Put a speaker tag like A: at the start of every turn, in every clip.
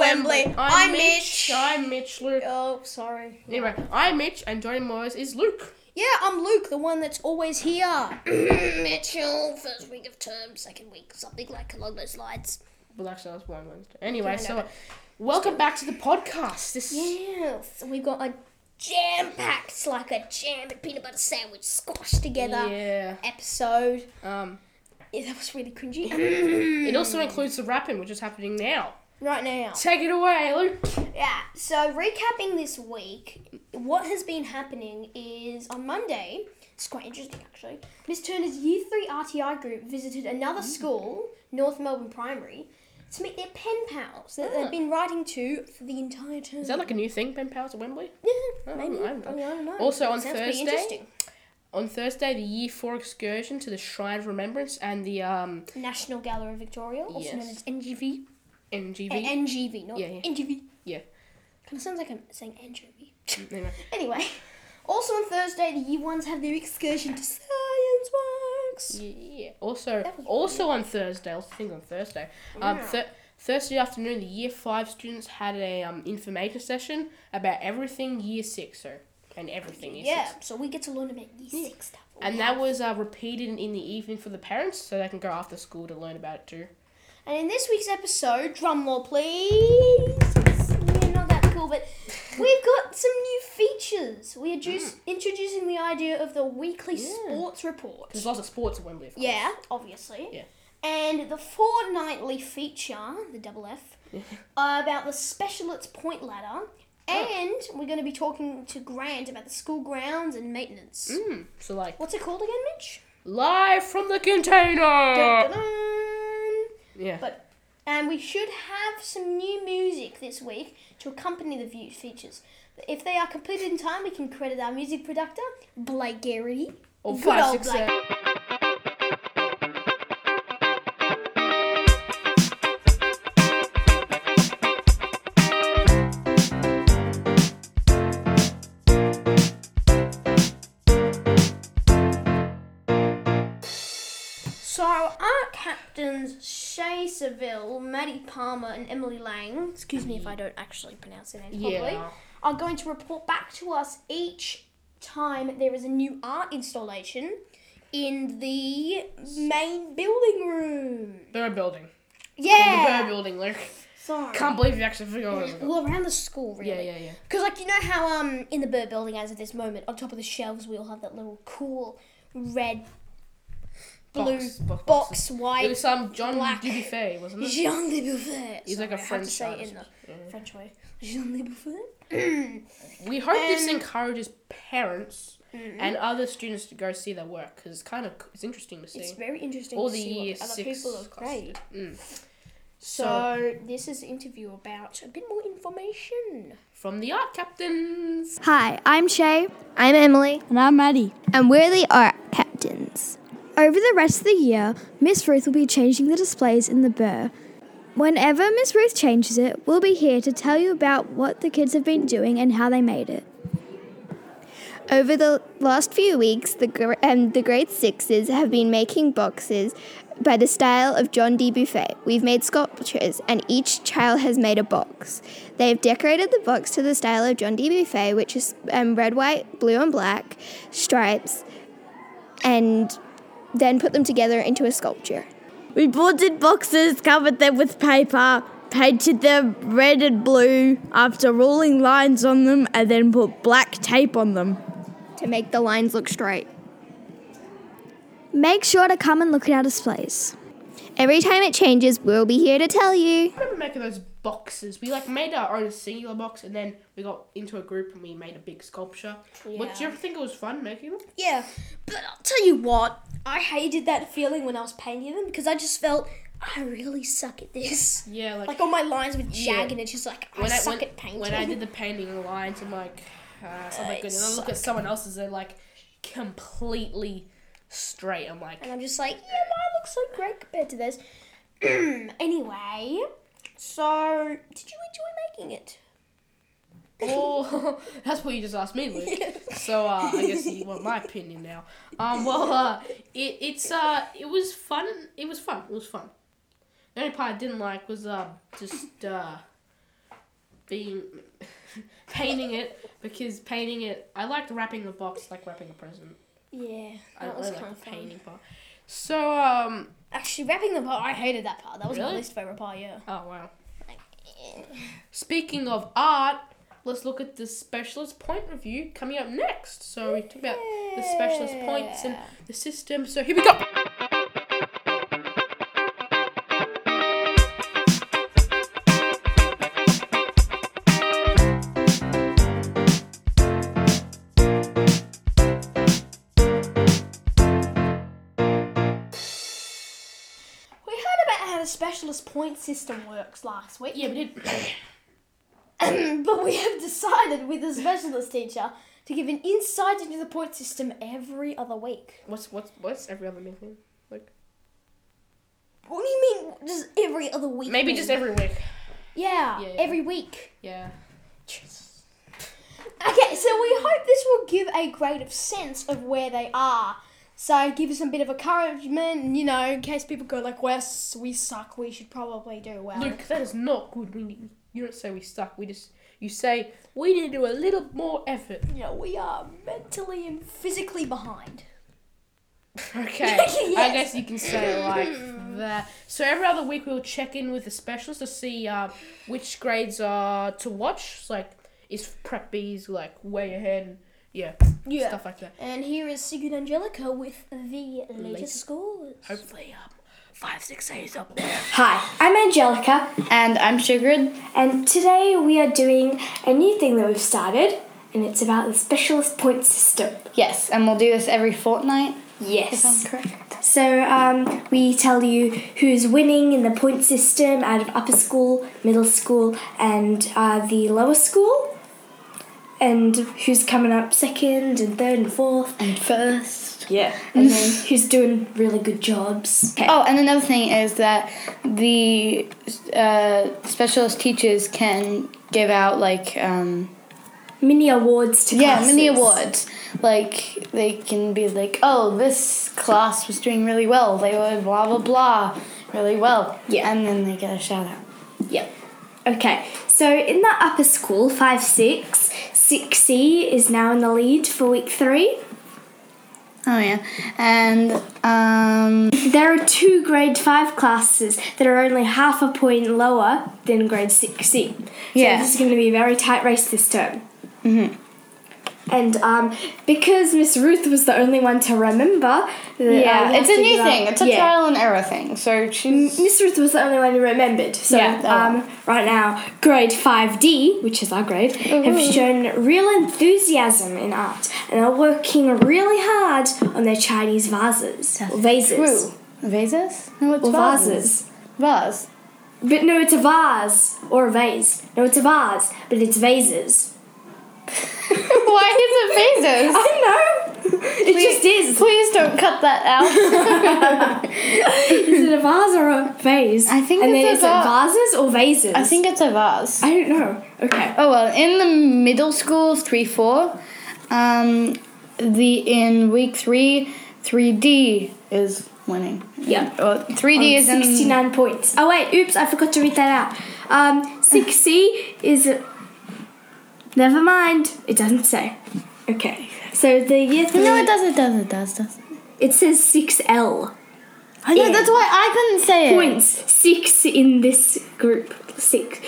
A: Anyway, I'm Mitch.
B: I'm Mitch Luke.
A: Oh, sorry.
B: Anyway, I'm Mitch, and joining Morris is Luke.
A: Yeah, I'm Luke, the one that's always here. Mm, Mitchell, first week of term, second week, something like along those lines.
B: Well, actually, that was one Wednesday. Anyway,
A: Yeah, I
B: so
A: know.
B: welcome back to the podcast. This
A: Yes, we got a jam packed, like a jam and peanut butter sandwich squashed together
B: yeah.
A: episode.
B: Um,
A: Yeah, that was really cringy. Mm.
B: it also includes the wrapping, which is happening now.
A: right now.
B: Take it away, Luke.
A: Yeah, so recapping this week, what has been happening is on Monday, it's quite interesting actually, Miss Turner's Year 3 RTI group visited
B: Mm.
A: another school, North Melbourne Primary, to meet their pen pals that
B: Ah.
A: they've been writing to for the entire term.
B: Is that like a new thing, Ben Powers at Wembley?
A: Yeah,
B: Oh,
A: maybe.
B: I don't know.
A: I don't know.
B: Also on
A: Sounds pretty
B: Thursday-
A: interesting.
B: On Thursday, the Year Four excursion to the Shrine of Remembrance and the um
A: National Gallery of Victoria, also known
B: Yes.
A: as NGV.
B: NGV.
A: Uh, NGV, not
B: Yeah, yeah.
A: NGV.
B: Yeah.
A: Kind of sounds like I'm saying NGV.
B: Anyway,
A: Anyway, also on Thursday, the year ones have their excursion to Science Works.
B: yeah. Also,
A: That was
B: also on Thursday. Also, things on Thursday. Um,
A: Yeah.
B: th- Thursday afternoon, the Year Five students had a um information session about everything Year Six, so and everything Year
A: Yeah,
B: Six.
A: so we get to learn about year six stuff.
B: And that was uh, repeated in the evening for the parents, so they can go after school to learn about it too.
A: And in this week's episode, drum roll please. It's yeah, not that cool, but we've got some new features. We are juice- introducing the idea of the weekly
B: Mm. Yeah.
A: sports report.
B: There's lots of sports at Wembley. Of course.
A: Yeah, obviously.
B: Yeah.
A: And the fortnightly feature, the double F, uh, about the specialists point ladder.
B: Oh.
A: And we're going to be talking to Grant about the school grounds and maintenance.
B: Hmm. So like
A: What's it called again, Mitch?
B: live from the container.
A: Dun-dun-dun.
B: Yeah.
A: But and we should have some new music this week to accompany the view features. If they are completed in time, we can credit our music productor, Blake Garrity.
B: Or
A: Good
B: five,
A: old
B: six,
A: Blake.
B: seven.
A: So our captains Shay Seville, Maddie Palmer, and Emily Lang. Excuse me if I don't actually pronounce their names properly.
B: Yeah.
A: Are going to report back to us each time there is a new art installation in the main building room.
B: Burr building. The Burr
A: Yeah.
B: building, Luke.
A: Sorry.
B: Can't believe you actually forgot. what it was.
A: Well, around the school, really.
B: Yeah, yeah, yeah.
A: Because, like, you know how um in the Burr building, as of this moment, on top of the shelves, we all have that little cool red, blue,
B: Box, box,
A: box,
B: boxes. It
A: white,
B: was some John
A: black.
B: Dubuffet, wasn't it?
A: Jean de Buffet.
B: He's like a
A: Sorry, I have
B: French Mm.
A: to say it in
B: artist.
A: the French way. Jean de Buffet.
B: We hope this
A: Um, mm-hmm.
B: encourages parents and other students to go see their work because it's kind of it's interesting to see.
A: it's very interesting
B: All
A: to
B: the
A: see
B: year
A: what other
B: six
A: people have
B: class
A: made.
B: Mm.
A: So,
B: So
A: this is an interview about a bit more information.
B: from the art captains.
C: Hi, I'm Shay,
D: I'm Emily,
C: and I'm Maddie.
D: and we're the art captains. Over the rest of the year, Miss Ruth will be changing the displays in the burr. Whenever Miss Ruth changes it, we'll be here to tell you about what the kids have been doing and how they made it. Over the last few weeks, the, gr- um, the grade sixes have been making boxes by the style of John D. Buffet. We've made sculptures, and each child has made a box. They've decorated the box to the style of John D. Buffet, which is um, red, white, blue, and black stripes, and then put them together into a sculpture.
C: We boarded boxes, covered them with paper, painted them red and blue after rolling lines on them, and then put black tape on them.
D: to make the lines look straight. Make sure to come and look at our displays. Every time it changes, we'll be here to tell you.
B: I remember making those boxes. We like made our own singular box and then we got into a group and we made a big sculpture. What do you
A: Yeah.
B: ever think it was fun making them?
A: Yeah, but I'll tell you what, I hated that feeling when I was painting them because I just felt I really suck at this.
B: Yeah, like,
A: Like all my lines would jag,
B: Yeah.
A: and it's just like I
B: when I,
A: suck
B: when,
A: at painting.
B: when I did the painting lines, I'm like, uh, something
A: it
B: good. And I look at someone else's, they're like completely straight. I'm like,
A: and I'm just like, yeah, mine looks so great compared to theirs. anyway, so did you enjoy making it?
B: Oh, that's what you just asked me, Luke. So uh, I guess you want my opinion now. Um, well, uh, it, it's uh, it was fun. It was fun. It was fun. The only part I didn't like was uh, just uh, being painting it because painting it. I liked wrapping the box like wrapping a present.
A: Yeah,
B: I
A: that was
B: really like
A: kind of
B: the
A: fun.
B: painting part. So um.
A: Actually, wrapping the part, I hated that part. Oh, That was my
B: Really?
A: least favorite part. Yeah.
B: Oh wow. Speaking of art, let's look at the specialist point review coming up next. So we talk about the specialist points and the system. So here we go.
A: We heard about how the specialist point system works last week.
B: Yeah, we did.
A: but we have decided with the specialist teacher to give an insight into the point system every other week.
B: What's what's what's every other meal thing? Like
A: What do you mean? Just every other week?
B: maybe
A: mean?
B: just every week. Yeah,
A: yeah,
B: yeah.
A: every week.
B: Yeah.
A: Okay, so we hope this will give a great of sense of where they are. So give us a bit of encouragement, and, you know, in case people go like, "Well, s- we suck. We should probably do well."
B: Luke, that is not good. We need, you don't say we suck. We just you say we need to do a little more effort.
A: You know, we are mentally and physically behind.
B: Okay. I
A: Yes.
B: guess you can say it like that. So every other week we'll check in with a specialist to see um, which grades are to watch. So, Like is prep B's like way ahead. and- Yeah,
A: Yeah.
B: Stuff like that.
A: And here is Sigrid Angelica with the
B: Latest.
A: latest scores.
B: Hopefully, um, five six A's up there.
E: Hi, I'm Angelica,
C: And I'm Sigrid.
E: and today we are doing a new thing that we've started, and it's about the specialist point system.
C: Yes, and we'll do this every fortnight.
E: Yes.
C: correct.
E: So um, we tell you who's winning in the point system out of upper school, middle school, and uh, the lower school, and who's coming up second and third and fourth,
C: And first.
E: yeah, and then who's doing really good jobs. Okay.
C: Oh, and another thing is that the uh, specialist teachers can give out like um,
E: Mini awards to
C: yeah
E: classes.
C: mini awards. Like they can be like, oh, this class was doing really well. They were blah blah blah, really well.
E: Yeah.
C: and then they get a shout out.
E: Yep. Okay, so in the upper school, 5 6, 6E is now in the lead for week 3.
C: Oh yeah, and um,
E: There are two grade 5 classes that are only half a point lower than grade 6E. So
C: Yeah.
E: this is going to be a very tight race this term. Mm-hmm. And um, because Miss Ruth was the only one to remember, the, uh,
C: yeah,
E: we
C: it's a
E: have to
C: new
E: give out-
C: thing. It's a
E: yeah.
C: trial and error thing. So she's
E: Miss Ruth was the only one who remembered. So
C: Yeah, Oh. that
E: um, right now, grade 5D, which is our grade, have shown real enthusiasm in art and are working really hard on their Chinese vases. Or vases.
C: true. Vases? No, it's
E: Or
C: vases.
E: vases.
C: Vase.
E: But no, it's a vase or a vase. No, it's a vase, but it's vases.
C: Why is it vases?
E: I know! It just is.
C: Please don't cut that out.
E: Is it a vase or a vase?
C: I think
E: and
C: it's
E: then
C: a
E: is
C: va-
E: it vases or vases?
C: I think it's a vase.
E: I don't know. Okay.
C: Oh well, in the middle school, three four, um, the in week three, three D is winning.
E: Yeah.
C: Three D
E: on
C: is in
E: 69 points. Oh wait, oops, I forgot to read that out. Um, 6C is never mind. It doesn't say. Okay. So the year three,
C: No, it does. It does. It does. Does.
E: it says 6L
C: I know. That's why I couldn't say it.
E: points. Six in this group. Six.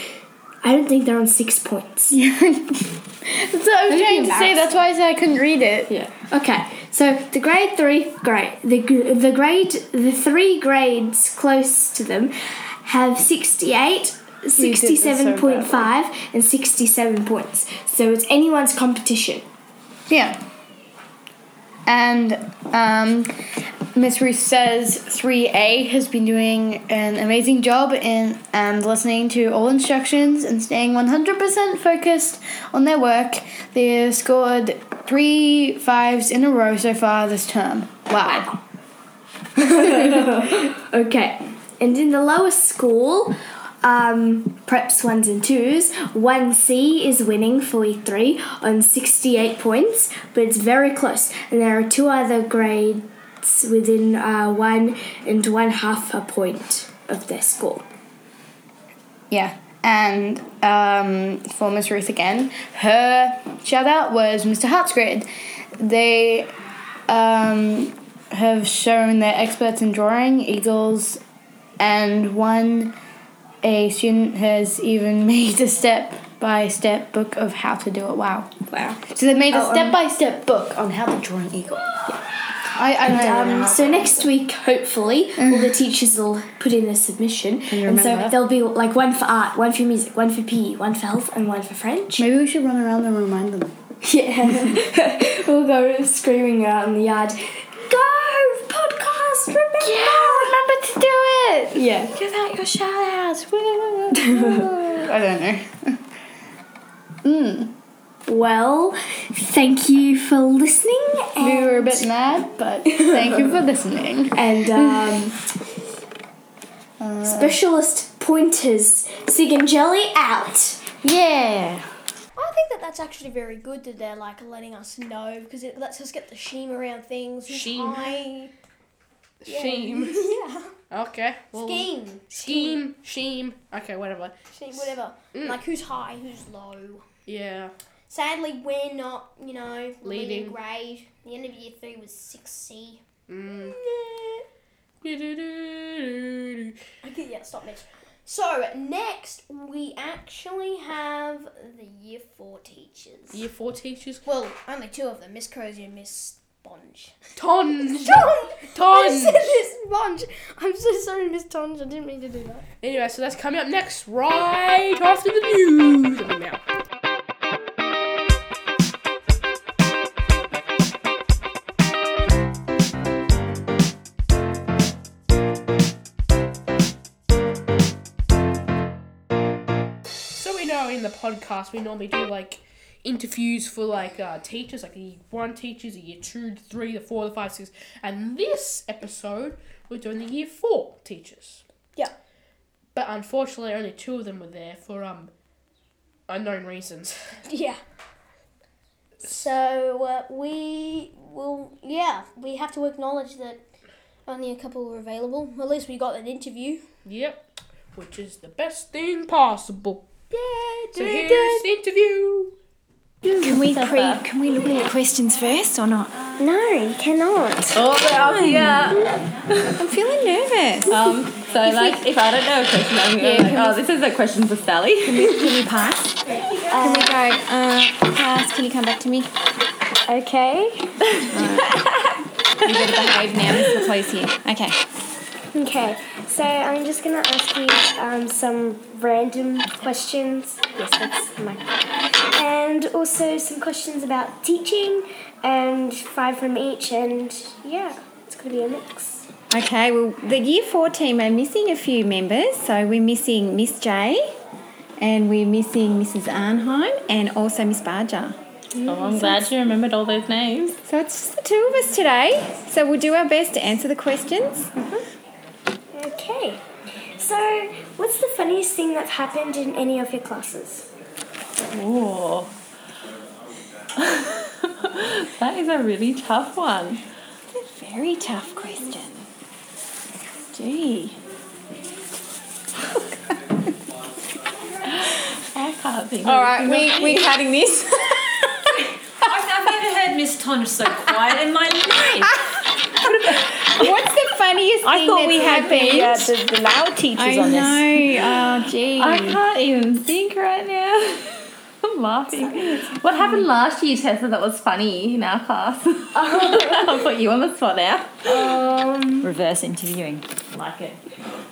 E: I don't think they're on six points. Yeah.
C: That's what I was
E: Are
C: trying to
E: you
C: say.
E: embarrassed?
C: That's why I said I couldn't read it.
E: Okay. So the grade three grade the gr- the grade the three grades close to them have 68
C: did this so
E: 67.5 and 67 points. So it's anyone's competition.
C: Yeah. And um, Miss Ruth says 3A has been doing an amazing job in and listening to all instructions and staying 100% focused on their work. They've scored three fives in a row so far this term. Wow.
E: Okay. And in the lower school, um, preps ones and twos, 1C is winning for week 3 on 68 points, but it's very close. And there are two other grades within uh, one and one half a point of their score.
C: Yeah. And um, for Miss Ruth again, her shout out was Mr. Hartsgrade. They um, have shown they're experts in drawing eagles, and one a student has even made a step by step book of how to do it. Wow.
E: Wow.
C: So they made
E: Oh,
C: a
E: um,
C: step by step book on how to draw an eagle. I, I don't
E: Um,
C: know.
E: so next week, hopefully, all the teachers will put in a submission,
C: Mm-hmm. you
E: and so
C: remember?
E: there'll be like one for art, one for music, one for PE, one for health, and one for French.
C: Maybe we should run around and remind them.
E: Yeah, we'll go screaming out in the yard. Go podcast, remember!
C: remember to do it!
E: Yeah.
C: Give out your shout outs! I don't know.
E: Mm. Well, thank you for listening. And,
C: We were a bit mad, but thank you for listening.
E: and um, specialist pointers, Sig and Jelly out.
C: Yeah!
A: I think that that's actually very good that they're like letting us know because it lets us get the sheen around things. who's
B: Sheen.
A: I-
B: Shame.
A: yeah.
B: Okay. Well,
A: Scheme.
B: Scheme. Shame. Okay, whatever.
A: Sheen, whatever.
B: Mm.
A: Like who's high, who's low.
B: Yeah.
A: Sadly, we're not, you know,
B: Leading.
A: leading grade. The end of year three was 6C.
B: Mm.
A: Nah.
B: Do-do-do-do-do.
A: Okay, yeah, stop, Mitch. So next, we actually have the year four teachers.
B: Year four teachers.
A: Well, only two of them, Miss Cozy and Miss Sponge.
B: Tonge.
A: I
B: Tonge.
A: said Miss Sponge. I'm so sorry, Miss Tonge. I didn't mean to do that.
B: Anyway, so that's coming up next, right after the news. I mean, now. So we know in the podcast we normally do like interviews for like uh, teachers, like the year one teachers, the year two, the three, the four, the five, six, and this episode we're doing the year four teachers.
A: Yeah.
B: But unfortunately, only two of them were there for um unknown reasons.
A: Yeah. So uh, we will, yeah, we have to acknowledge that only a couple were available. At least we got an interview.
B: yep, which is the best thing possible. So here's
A: dun.
B: the interview.
E: Can we pre- Can we look at the questions first or not?
F: No, you cannot.
G: Oh, well, yeah.
F: I'm feeling nervous.
G: Um, so, like, if I don't know a question, I'm going to like, oh, this is a question for Sally.
F: Can you pass? Can we go? Uh, pass. Can you come back to me? Okay. you better behave now. This is the police here. Okay.
H: Okay, so I'm just gonna ask you um, some random questions. Yes, that's my. And also some questions about teaching, and five from each, and yeah, it's gonna be a mix.
F: Okay, well, the year four team are missing a few members. So we're missing Miss J, and we're missing Mrs. Arnheim, and also Miss Barger.
G: Oh, I'm glad you remembered all those names.
F: So it's just the two of us today. So we'll do our best to answer the questions.
H: Okay, so what's the funniest thing that's happened in any of your classes?
G: Ooh. that is a really tough one.
F: Very tough question. Gee.
G: I can't think.
F: All right, we we cutting this.
G: I've never heard Miss Tonge so quiet in my life.
F: What's the funniest thing
G: I thought we
F: that's
G: had the, uh,
F: happened?
G: the, the loud teachers
F: I
G: on this.
F: know. Oh, gee.
G: I can't even think right now. I'm laughing. What happened last year, Tessa, that was funny in our class? I'll put you on the spot now. Um, Reverse interviewing. Like it.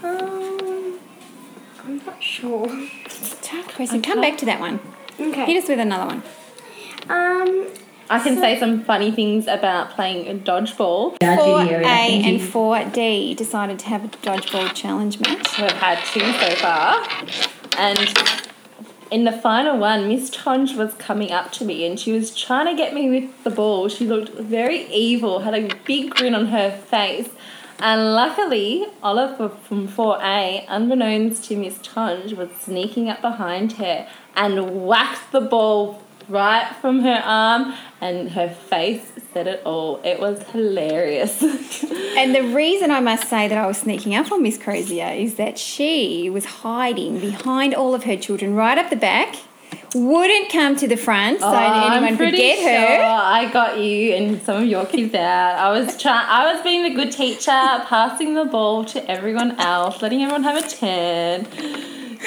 H: Um, I'm not sure.
F: Tough question. Come back to that one. Hit
H: Okay.
F: us with another one.
H: Um,
G: I can say some funny things about playing dodgeball.
F: 4A and 4D decided to have a dodgeball challenge match.
G: We've had two so far. And in the final one, Miss Tonge was coming up to me and she was trying to get me with the ball. She looked very evil, had a big grin on her face. And luckily, Oliver from 4A, unbeknownst to Miss Tonge, was sneaking up behind her and whacked the ball right from her arm, and her face said it all. It was hilarious.
F: And the reason I must say that I was sneaking up on Miss Crozier is that she was hiding behind all of her children right up the back, wouldn't come to the front so that
G: Uh, I'm
F: anyone could
G: pretty
F: get
G: sure
F: her.
G: I got you and some of your kids out. I was trying. I was being the good teacher, passing the ball to everyone else, letting everyone have a turn.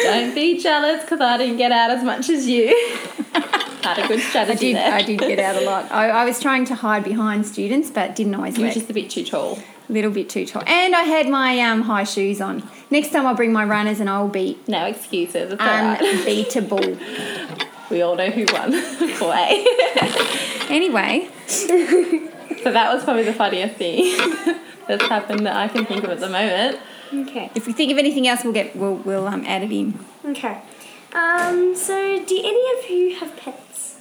G: Don't be jealous because I didn't get out as much as you. Had a good
F: I
G: strategy
F: did,
G: there.
F: I did get out a lot. I, I was trying to hide behind students, but didn't always
G: You were
F: work.
G: just a bit too tall.
F: A little bit too tall. And I had my um, high shoes on. Next time I'll bring my runners and I'll um, be
G: No excuses. It's alright.
F: unbeatable.
G: We all know who won. 4A.
F: anyway,
G: so that was probably the funniest thing that's happened that I can think of at the moment.
H: Okay.
F: if we think of anything else, we'll get we'll, we'll um, add it in.
H: Okay. Um, so do any of you have pets?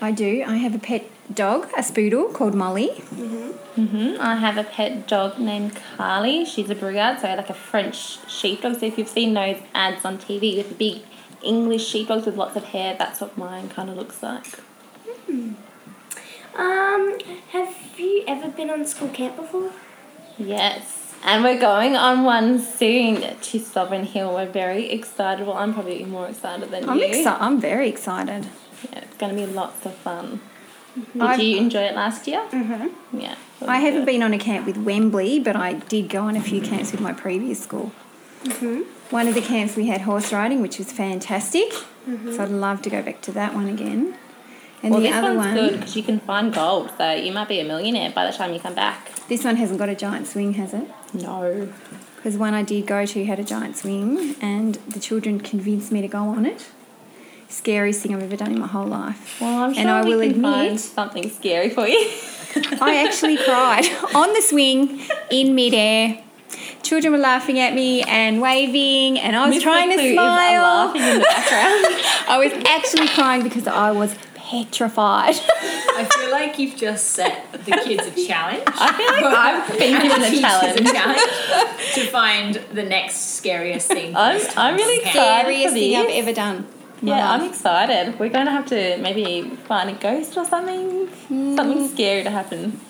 F: I do. I have a pet dog, a spoodle called Molly.
A: Mm-hmm.
F: Mm-hmm.
G: Mm, I have a pet dog named Carly. She's a Brugard, so like a French sheepdog. So if you've seen those ads on TV with big English sheepdogs with lots of hair, that's what mine kind of looks like.
H: Um, have you ever been on school camp before?
G: Yes. And we're going on one soon to Sovereign Hill. We're very excited. Well, I'm probably more excited than
F: I'm
G: you.
F: excited. I'm very excited.
G: Yeah, it's going to be lots of fun.
F: I've-
G: Did you enjoy it last year? Mm-hmm. Yeah.
F: I haven't been on a camp with Wembley, but I did go on a few camps with my previous school. Mm-hmm. One of the camps we had horse riding, which was fantastic. So I'd love to go back to that one again. Mm-hmm. And
G: Mm-hmm. Well,
F: the
G: this
F: other
G: one's
F: one,
G: good because you can find gold, so you might be a millionaire by the time you come back.
F: this one hasn't got a giant swing, has it?
G: No.
F: Because one I did go to had a giant swing, and the children convinced me to go on it. Scariest thing I've ever done in my whole life.
G: Well, I'm sure
F: and I
G: we
F: will
G: can
F: admit,
G: find something scary for you.
F: I actually cried on the swing in midair. Children were laughing at me and waving, and I was
G: Mr.
F: trying
G: Clue
F: to
G: is uh,
F: smile.
G: laughing in the background.
F: I was actually crying because I was petrified.
I: I feel like you've just set the kids a challenge.
G: I feel like I've been given a
I: Teachers
G: challenge.
I: a challenge to find the next scariest thing. for
G: I'm,
I: us to
G: I'm really
I: understand.
G: excited
F: Scariest
G: for
F: thing I've
G: this.
F: ever done. in my
G: Yeah, I'm
F: life.
G: excited. We're going to have to maybe find a ghost or something.
F: Hmm.
G: Something scary to happen.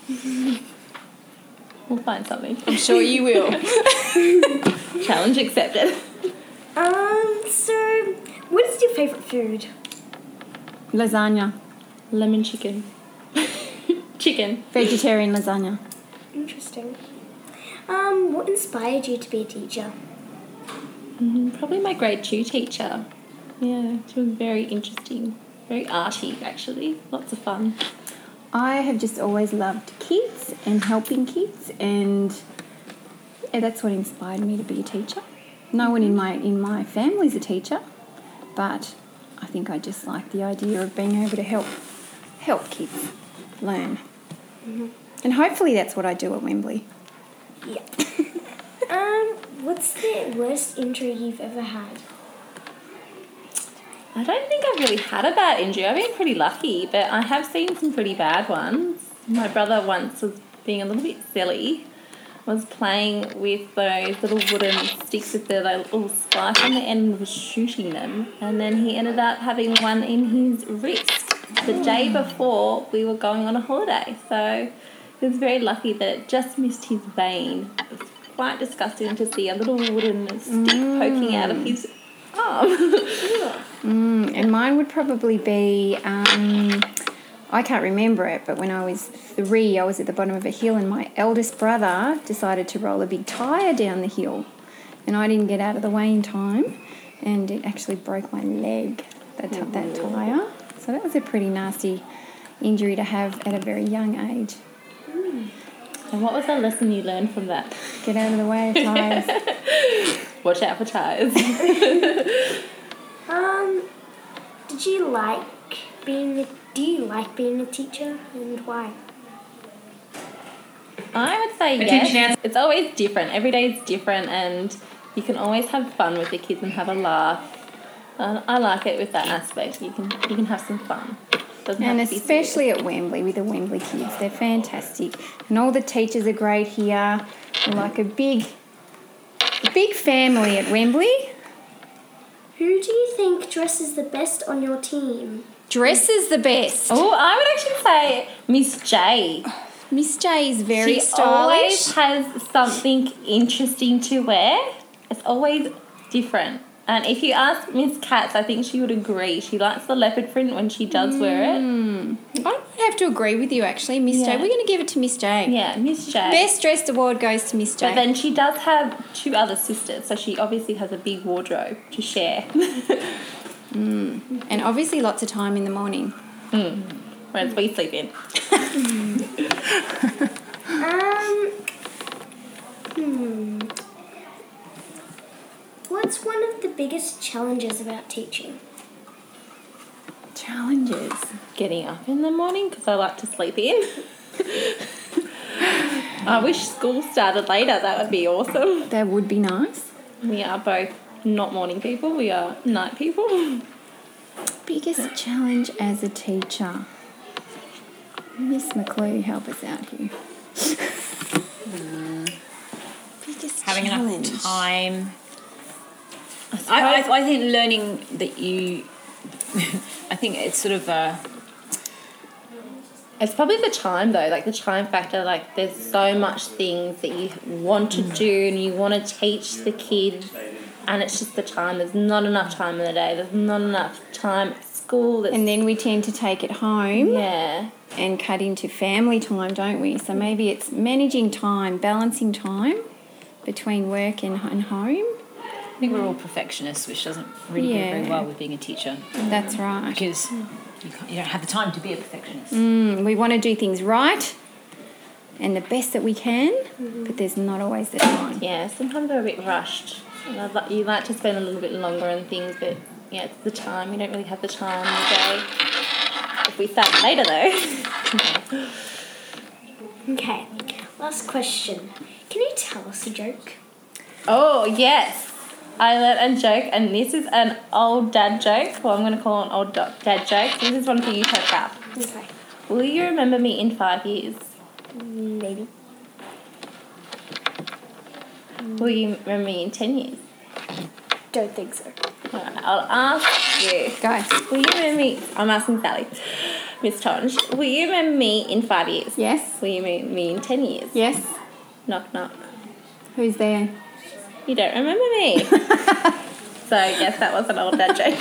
G: We'll find something.
F: I'm sure you will.
G: Challenge accepted.
H: Um, so what is your favourite food?
F: lasagna,
G: Lemon chicken. chicken.
F: vegetarian lasagna.
H: Interesting. Um, what inspired you to be a teacher?
G: Mm, Probably my grade two teacher. Yeah, she was very interesting, very arty actually. Lots of fun.
F: I have just always loved kids and helping kids, and yeah, that's what inspired me to be a teacher. No one in my in my family's a teacher, but I think I just like the idea of being able to help help kids learn, and hopefully that's what I do at Wembley.
H: Um, what's the worst injury you've ever had?
G: I don't think I've really had a bad injury. I've been pretty lucky, but I have seen some pretty bad ones. My brother once was being a little bit silly. Was playing with those little wooden sticks with the like, little spike on the end and was shooting them, and then he ended up having one in his wrist the day before we were going on a holiday. So he was very lucky that it just missed his vein. It was quite disgusting to see a little wooden stick poking out of his arm.
F: Mm, and mine would probably be um, I can't remember it, but when I was three, I was at the bottom of a hill, and my eldest brother decided to roll a big tyre down the hill, and I didn't get out of the way in time, and it actually broke my leg. That t- that tyre. So that was a pretty nasty injury to have at a very young age.
G: And what was the lesson you learned from that?
F: Get out of the way of tyres.
G: Watch out for tires.
H: Um, did you like being a, do you like being a teacher and why?
G: I would say yes. It's always different. Every day is different, and you can always have fun with your kids and have a laugh. And I like it with that aspect. You can you can have some fun. Doesn't
F: And
G: have to be
F: especially at Wembley with the Wembley kids, they're fantastic. And all the teachers are great here. We're like a big, a big family at Wembley.
H: Who do you think dresses the best on your team?
F: Dress is the best.
G: Oh, I would actually say Miss J.
F: Miss J is very
G: she
F: stylish.
G: always has something interesting to wear. It's always different. And if you ask Miss Katz, I think she would agree. She likes the leopard print when she does wear it.
F: Mm. I have to agree with you, actually, Miss
G: Yeah.
F: J. We're going to give it to Miss J.
G: Yeah, Miss J.
F: Best dressed award goes to Miss J.
G: But then she does have two other sisters, so she obviously has a big wardrobe to share.
F: Hmm. and obviously, lots of time in the morning.
G: Mm. Whereas we sleep in.
H: Um. Hmm. What's one of the biggest challenges about teaching?
F: Challenges.
G: Getting up in the morning because I like to sleep in. I wish school started later, that would be awesome.
F: That would be nice.
G: We are both not morning people, we are night people.
F: Biggest challenge as a teacher. Miss McClue, help us out here. Biggest
I: Having
F: challenge.
I: enough time. I, I, I think learning that you. I think it's sort of a.
G: It's probably the time though, like the time factor. Like there's so much things that you want to do and you want to teach the kids, and it's just the time. There's not enough time in the day. There's not enough time at school. That's,
F: And then we tend to take it home
G: yeah,
F: and cut into family time, don't we? So maybe it's managing time, balancing time between work and, and home.
I: I think we're all perfectionists, which doesn't really go very
F: Yeah.
I: well with being a teacher
F: That's right.
I: because you, can't, you don't have the time to be a perfectionist.
G: Mm.
F: And we want to do things right and the best that we can,
G: Mm-hmm.
F: but there's not always the time.
G: yeah. Sometimes they're a bit rushed. And I'd like, you like to spend a little bit longer on things, but yeah, it's the time. You don't really have the time in the day. If we start later though,
H: Okay, last question. Can you tell us a joke?
G: oh yes. I learned a joke, and this is an old dad joke. Well, I'm going to call it an old do- dad joke. This is one for you, Tokap.
H: Okay.
G: Will you remember me in five years?
H: Maybe.
G: Will you remember me in ten years?
H: Don't think so.
G: Alright, I'll ask you.
F: Go.
G: Will you remember me? I'm asking Sally, Miss Tonge. Will you remember me in five years?
F: Yes.
G: Will you remember me in ten years?
F: Yes.
G: Knock knock.
F: Who's there?
G: You don't remember me. so I guess that was an old dad joke.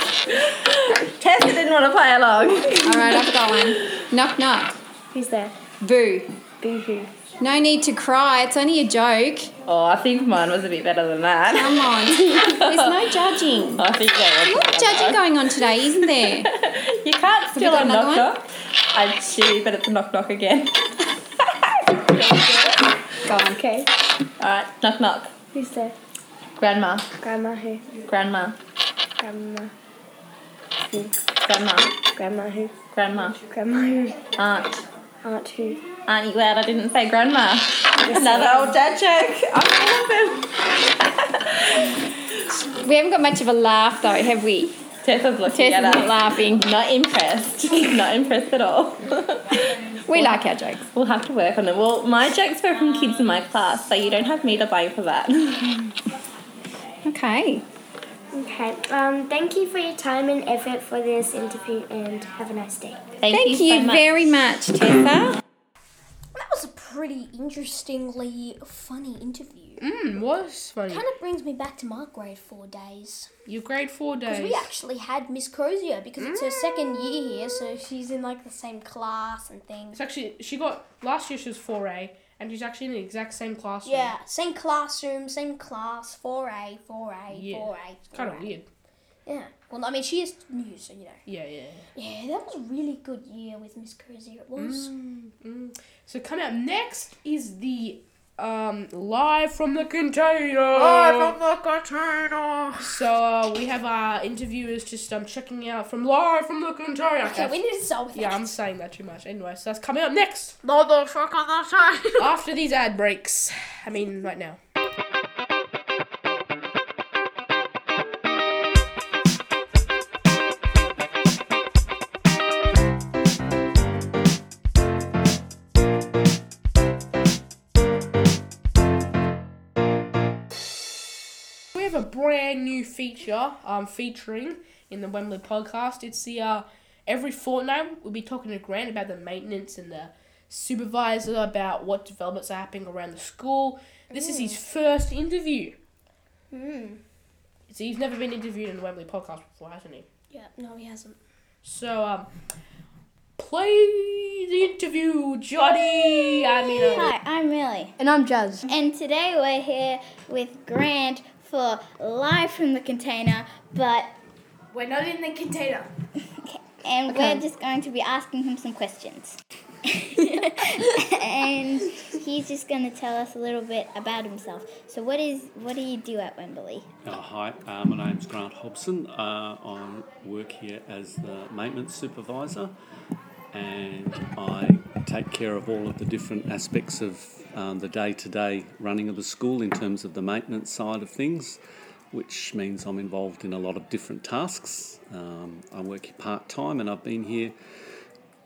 G: Tessa didn't want to play along.
F: All right, I've got one. Knock, knock.
H: Who's there?
F: Boo.
H: Boo hoo.
F: No need to cry. It's only a joke.
G: Oh, I think mine was a bit better than that.
F: Come on. There's no judging.
G: I think that was.
F: What judging going on today, isn't there?
G: You can't steal
F: got
G: a
F: another
G: knock
F: one?
G: knock. I do, but it's a knock knock again.
F: Go on.
H: Okay.
G: Alright, knock knock.
H: Who's there?
G: Grandma,
H: Grandma who?
G: grandma,
H: Grandma.
G: grandma,
H: Grandma who?
G: grandma,
H: Grandma who?
G: aunt.
H: Aunt who?
G: Aren't you glad I didn't say grandma? Another old dad joke. I'm awesome.
F: We haven't got much of a laugh, though, have we?
G: Tessa's looking at
F: Tessa's
G: us.
F: not laughing.
G: Not impressed. Not impressed at all.
F: We like our jokes.
G: we'll have to work on it. Well, my jokes were from kids in my class, so you don't have me to blame for that.
F: Okay.
H: Okay. Um, thank you for your time and effort for this interview and have a nice day.
G: Thank,
F: Thank
G: you,
F: you,
G: so much.
F: very much, Tessa.
A: That was a pretty interestingly funny interview.
B: Mm, was funny.
A: Kind of brings me back to my grade four days.
B: Your grade four
A: Because
B: days.
A: we actually had Miss Crozier because it's her second year here, so she's in like the same class and things.
B: It's actually she got last year she was four A and she's actually in the exact same classroom.
A: Yeah, same classroom, same class, 4A, 4A,
B: Yeah.
A: 4A.
B: Kind of
A: 4A.
B: weird.
A: Yeah. Well, I mean, she is new, so you know.
B: Yeah, yeah.
A: Yeah, that was a really good year with Miss Crozier. It was.
B: Mm. So coming up next is the um live from the container. Live from the container. So uh, we have our interviewers just um checking out from live from the container.
A: Okay, we need to solve that.
B: yeah, I'm saying that too much. Anyway, so that's coming up next
I: Motherfucker,
B: after these ad breaks. I mean, right now. We have a brand new feature um, featuring in the Wembley podcast. It's the uh, Every fortnight, we'll be talking to Grant about the maintenance and the supervisor about what developments are happening around the school. This is his first interview.
A: Mm.
B: So he's never been interviewed in the Wembley podcast before, hasn't he?
A: Yeah, no, he hasn't.
B: So um, play the interview, Johnny. I mean, uh,
J: Hi, I'm Millie,
C: And I'm Jazz.
J: and today we're here with Grant for Live from the Container, but
E: We're not in the container.
J: and we're just going to be asking him some questions. and he's just going to tell us a little bit about himself. So what is what do you do at Wembley?
K: Uh, hi, uh, my name's Grant Hobson. Uh, I work here as the maintenance supervisor and I take care of all of the different aspects of um, the day to day running of the school in terms of the maintenance side of things, which means I'm involved in a lot of different tasks. Um, I work here part time and I've been here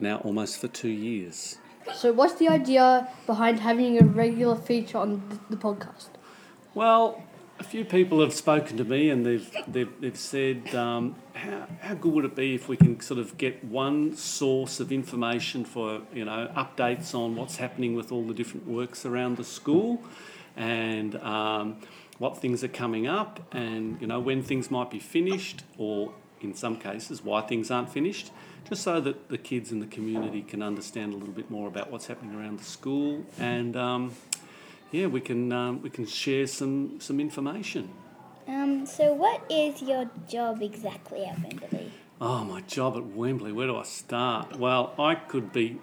K: now almost for two years.
C: So, what's the idea behind having a regular feature on th- the podcast?
K: Well, a few people have spoken to me and they've they've, they've said, um, how, how good would it be if we can sort of get one source of information for you know updates on what's happening with all the different works around the school, and um, what things are coming up, and you know when things might be finished, or in some cases why things aren't finished, just so that the kids in the community can understand a little bit more about what's happening around the school and. Um, yeah, we can um, we can share some some information.
J: Um, so what is your job exactly at Wembley?
K: Oh, my job at Wembley. Where do I start? Well, I could be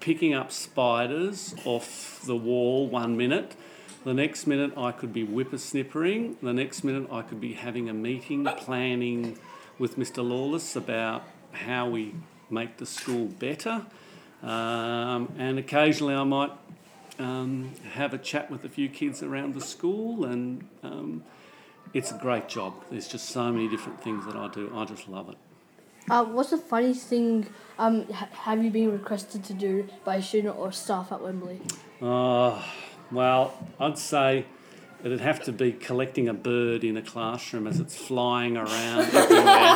K: picking up spiders off the wall one minute. The next minute, I could be whippersnippering. The next minute, I could be having a meeting planning with Mr. Lawless about how we make the school better. Um, and occasionally, I might um, have a chat with a few kids around the school and. Um, it's a great job. There's just so many different things that I do. I just love it.
C: Uh, what's the funniest thing um, ha- have you been requested to do by a student or staff at Wembley?
K: Oh, well, I'd say it'd have to be collecting a bird in a classroom as it's flying around everywhere,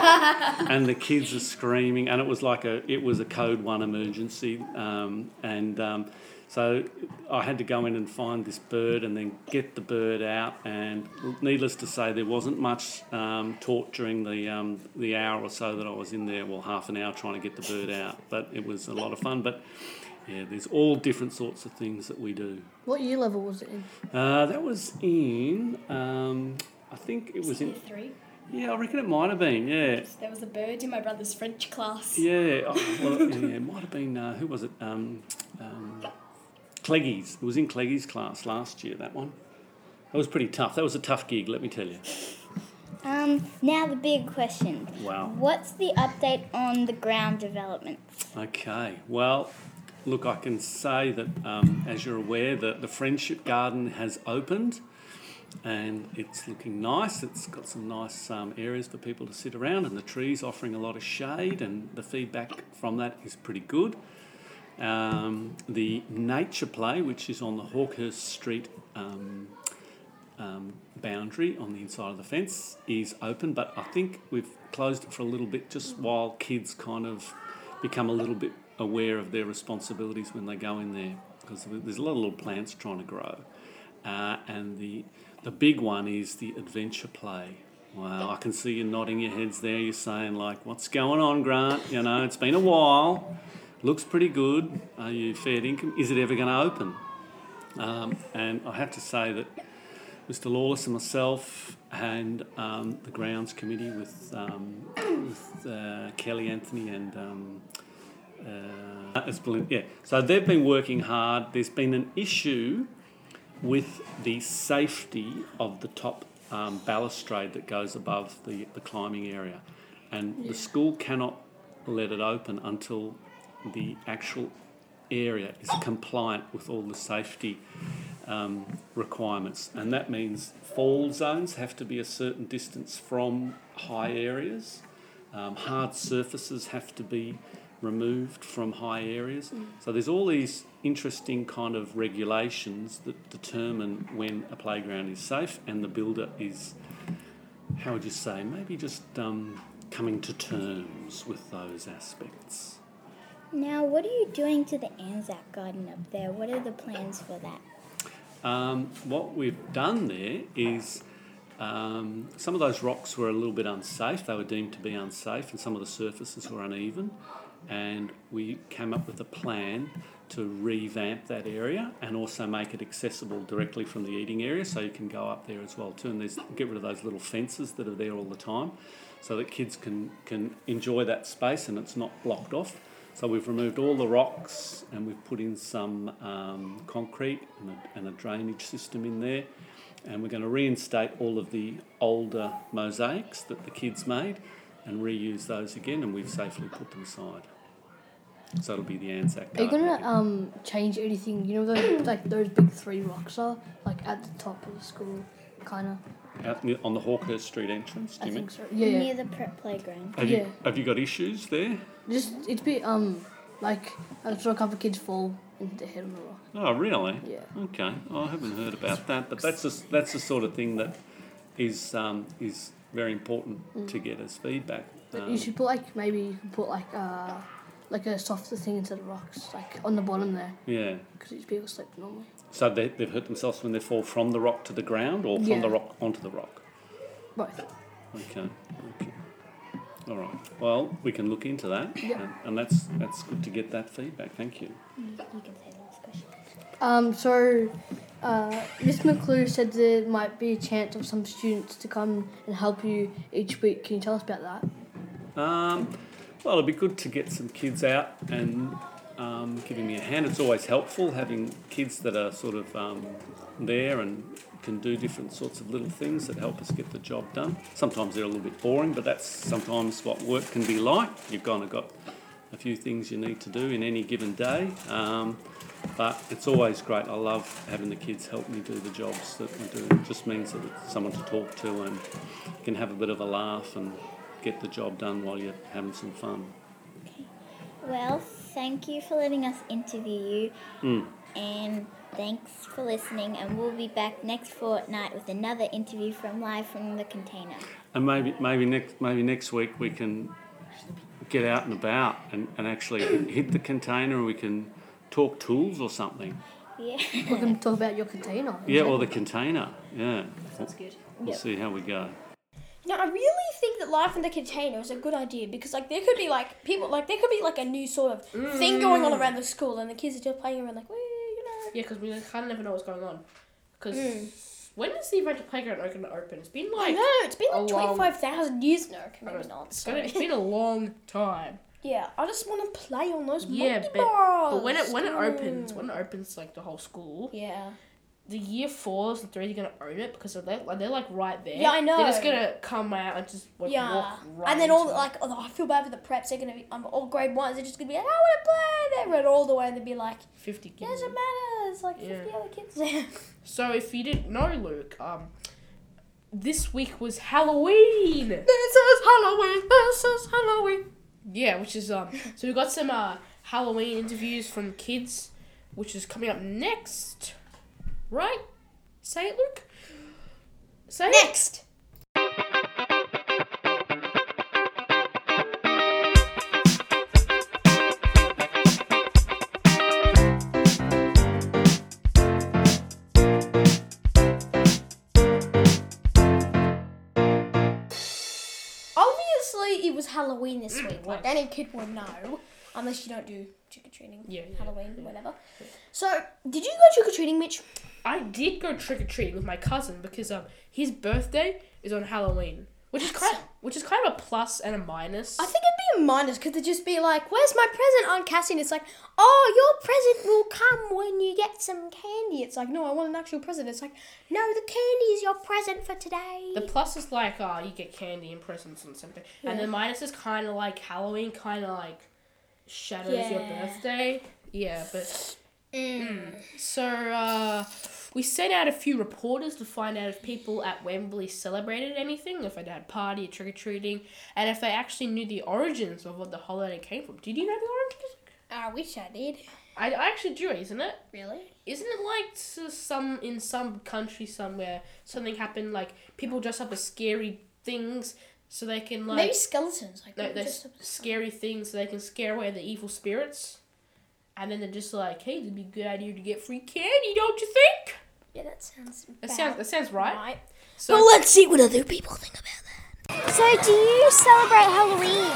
K: and the kids are screaming. And it was like a it was a code one emergency, um, and um, so I had to go in and find this bird and then get the bird out. And needless to say, there wasn't much um, talk during the um, the hour or so that I was in there. Well, half an hour trying to get the bird out, but it was a lot of fun. But yeah, there's all different sorts of things that we do.
C: What year level was it in?
K: Uh, that was in, um, I think it was in.
L: Three.
K: Yeah, I reckon it might have been. Yeah,
L: There was a bird in my brother's French class.
K: yeah. Oh, well, yeah, it might have been. Uh, who was it? Um, um, Cleggies. It was in Cleggies' class last year. That one. That was pretty tough. That was a tough gig. Let me tell you.
J: Um, now the big question.
K: Wow.
J: What's the update on the ground development?
K: Okay. Well, look, I can say that, um, as you're aware, that the Friendship Garden has opened, and it's looking nice. It's got some nice um, areas for people to sit around, and the trees offering a lot of shade. And the feedback from that is pretty good. Um, the nature play, which is on the Hawkhurst Street um, um, boundary on the inside of the fence is open, but I think we've closed it for a little bit just while kids kind of become a little bit aware of their responsibilities when they go in there because there's a lot of little plants trying to grow. Uh, and the the big one is the adventure play. Wow, I can see you nodding your heads there. You're saying like, "What's going on, Grant? You know, it's been a while. Looks pretty good. Are you fair income? Is it ever going to open?" Um, and I have to say that Mr. Lawless and myself, and um, the grounds committee with, um, with uh, Kelly Anthony and um, uh, it's brilliant. Yeah, so they've been working hard. There's been an issue with the safety of the top um, balustrade that goes above the, the climbing area, and the school cannot let it open until the actual area is compliant with all the safety um, requirements, and that means fall zones have to be a certain distance from high areas. Um, hard surfaces have to be removed from high areas. So there's all these interesting kind of regulations that determine when a playground is safe, and the builder is, how would you say, maybe just um, coming to terms with those aspects.
J: Now, what are you doing to the Anzac Garden up there? What are the plans for that?
K: Um, what we've done there is um, some of those rocks were a little bit unsafe, they were deemed to be unsafe, and some of the surfaces were uneven. And we came up with a plan to revamp that area and also make it accessible directly from the eating area so you can go up there as well too and there's get rid of those little fences that are there all the time so that kids can can enjoy that space and it's not blocked off so we've removed all the rocks and we've put in some um, concrete and a, and a drainage system in there and we're going to reinstate all of the older mosaics that the kids made and reuse those again and we've safely put them aside so it'll be the Anzac
M: Are you
K: Garden.
M: gonna um change anything? You know those like those big three rocks are like at the top of the school, kind of.
K: Out near- on the Hawkhurst Street entrance, do
M: I
K: you mean?
M: think so. Yeah, yeah.
J: Near the prep playground.
K: Have,
M: yeah.
K: you, have you got issues there?
M: Just it'd be um like I saw a couple of kids fall and they hit on the rock.
K: Oh, really?
M: Yeah.
K: Okay. I haven't heard about that, but that's the, that's the sort of thing that is um, is very important
M: Mm.
K: to get as feedback.
M: But
K: Um,
M: you should put like maybe you can put like uh like a softer thing into the rocks, like on the bottom there,
K: yeah.
M: because these people slip normally.
K: So they, they've hurt themselves when they fall from the rock to the ground or from
M: Yeah.
K: the rock onto the rock?
M: Both.
K: Okay. Okay. All right. Well, we can look into that,
M: Yep.
K: and, and that's that's good to get that feedback. Thank you.
J: You can say the last question.
M: Um, so, uh, Miss McClure said there might be a chance of some students to come and help you each week. Can you tell us about that?
K: Um, well, it'd be good to get some kids out and um, giving me a hand. It's always helpful having kids that are sort of um, there and can do different sorts of little things that help us get the job done. Sometimes they're a little bit boring, but that's sometimes what work can be like. You've kind of got a few things you need to do in any given day. Um, but it's always great. I love having the kids help me do the jobs that we do. It just means that it's someone to talk to and can have a bit of a laugh and get the job done while you're having some fun.
J: Well, thank you for letting us interview you,
K: Mm.
J: and thanks for listening. And we'll be back next fortnight with another interview from live from the container.
K: And maybe maybe next maybe next week we can get out and about and, and actually hit, hit the container and we can talk tools or something.
J: Yeah.
M: We can talk about your container.
K: Yeah, or the container. Yeah.
A: Sounds good.
K: We'll
A: Yep.
K: see how we go.
A: Now, I really think that life in the container is a good idea because, like, there could be like people, like, there could be like a new sort of thing going on
B: Mm.
A: around the school, and the kids are just playing around, like, "Woo," you know.
B: Yeah, because we kind of never know what's going on. Because
A: Mm.
B: when is the Adventure Playground going to open? It's been
A: I
B: like
A: know, it's been
B: a
A: like
B: long-
A: 25,000 years now, okay,
B: I
A: maybe
B: don't know,
A: not.
B: It's,
A: so-
B: gonna, it's been a long time.
A: yeah, I just want to play on those
B: Yeah,
A: monkey
B: but, but when it
A: bars.
B: when it opens,
A: Mm.
B: when it opens like the whole school.
A: Yeah.
B: The year fours and threes are gonna own it because they're like, they're like right there.
A: Yeah, I
B: They're just
A: know.
B: gonna come out and just like,
A: yeah,
B: walk right.
A: and then all
B: into
A: the,
B: it.
A: like, oh, I feel bad for the preps. They're gonna be, um, all grade ones. They're just gonna be like, I want to play. They run all the way and they'd be like,
B: fifty kids.
A: doesn't matter. It's like
B: Yeah.
A: 50 other kids there.
B: So if you didn't know, Luke, um, this week was Halloween. This is Halloween. This is Halloween. Yeah, which is um. So we got some uh Halloween interviews from kids, which is coming up next, right? Say it, Luke. Say next.
A: Obviously, it was Halloween this
B: Mm,
A: week. Like, any kid would know. Unless you don't do trick or treating,
B: Yeah, yeah,
A: Halloween,
B: yeah.
A: whatever. So, did you go trick or treating, Mitch?
B: I did go trick or treating with my cousin because um his birthday is on Halloween, which is kind which is kind of a plus and a minus.
A: I think it'd be a minus because they'd just be like, "Where's my present, Aunt Cassie?" And it's like, "Oh, your present will come when you get some candy." It's like, "No, I want an actual present." It's like, "No, the candy is your present for today."
B: The plus is like, uh, you get candy and presents and something. And the
A: Yeah.
B: minus is kind of like Halloween, kind of like shadows your
A: Yeah.
B: birthday. Yeah, but. Mm. So, uh, we sent out a few reporters to find out if people at Wembley celebrated anything, if they had party, trick or treating, and if they actually knew the origins of what the holiday came from. Did you know the origins?
A: I wish I did.
B: I, I actually do, isn't it?
A: Really?
B: Isn't it like s- some in some country somewhere something happened like people dress up as scary things so they can like
A: Maybe skeletons, like,
B: no, those
A: just
B: scary things, so they can scare away the evil spirits. And then they're just like, "Hey, it'd be a good idea to get free candy, don't you think?"
A: Yeah, that sounds.
B: That sounds that sounds right. So
A: Well, let's see what other people think about
B: that.
H: So, do you celebrate Halloween?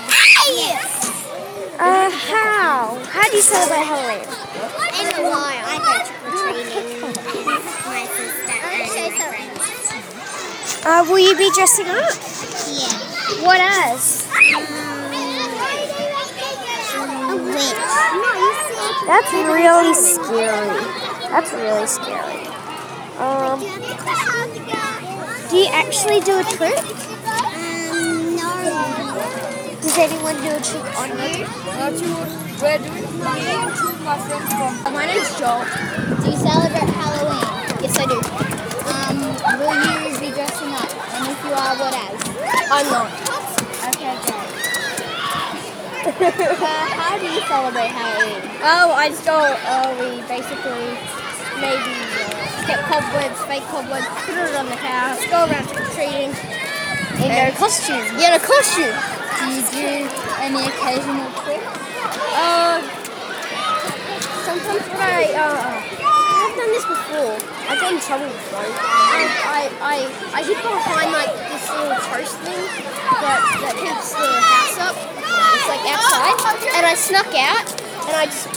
H: Yes. Uh, how? How do you celebrate Halloween?
J: In the wild. I go trick-or-treating with my sister and my friends.
H: Uh, will you be dressing up?
J: Yeah.
H: What Um, as?
J: A witch.
H: That's really scary. That's really scary. Um, do you actually do a trick?
J: Um, no.
H: Does anyone do a trick on you?
N: We're doing me and two of my friends from. My name's Joel.
J: Do you celebrate Halloween? Yes, I do. Um, will you be dressing up? And if you are, what as?
N: I'm not.
J: Okay, great. uh, how do you celebrate Halloween?
N: Oh, I just go. Uh, we basically maybe uh, get cobwebs, fake cobwebs, put it on the house, go around trick treating.
J: In
N: a
J: a costume.
N: Yeah, in a costume.
J: Do you do any occasional tricks?
N: Uh, sometimes when I uh, I've done this before. I got in trouble before. And I I I hid behind like this little post thing that that keeps the house up. It's like outside, and I snuck out, and I just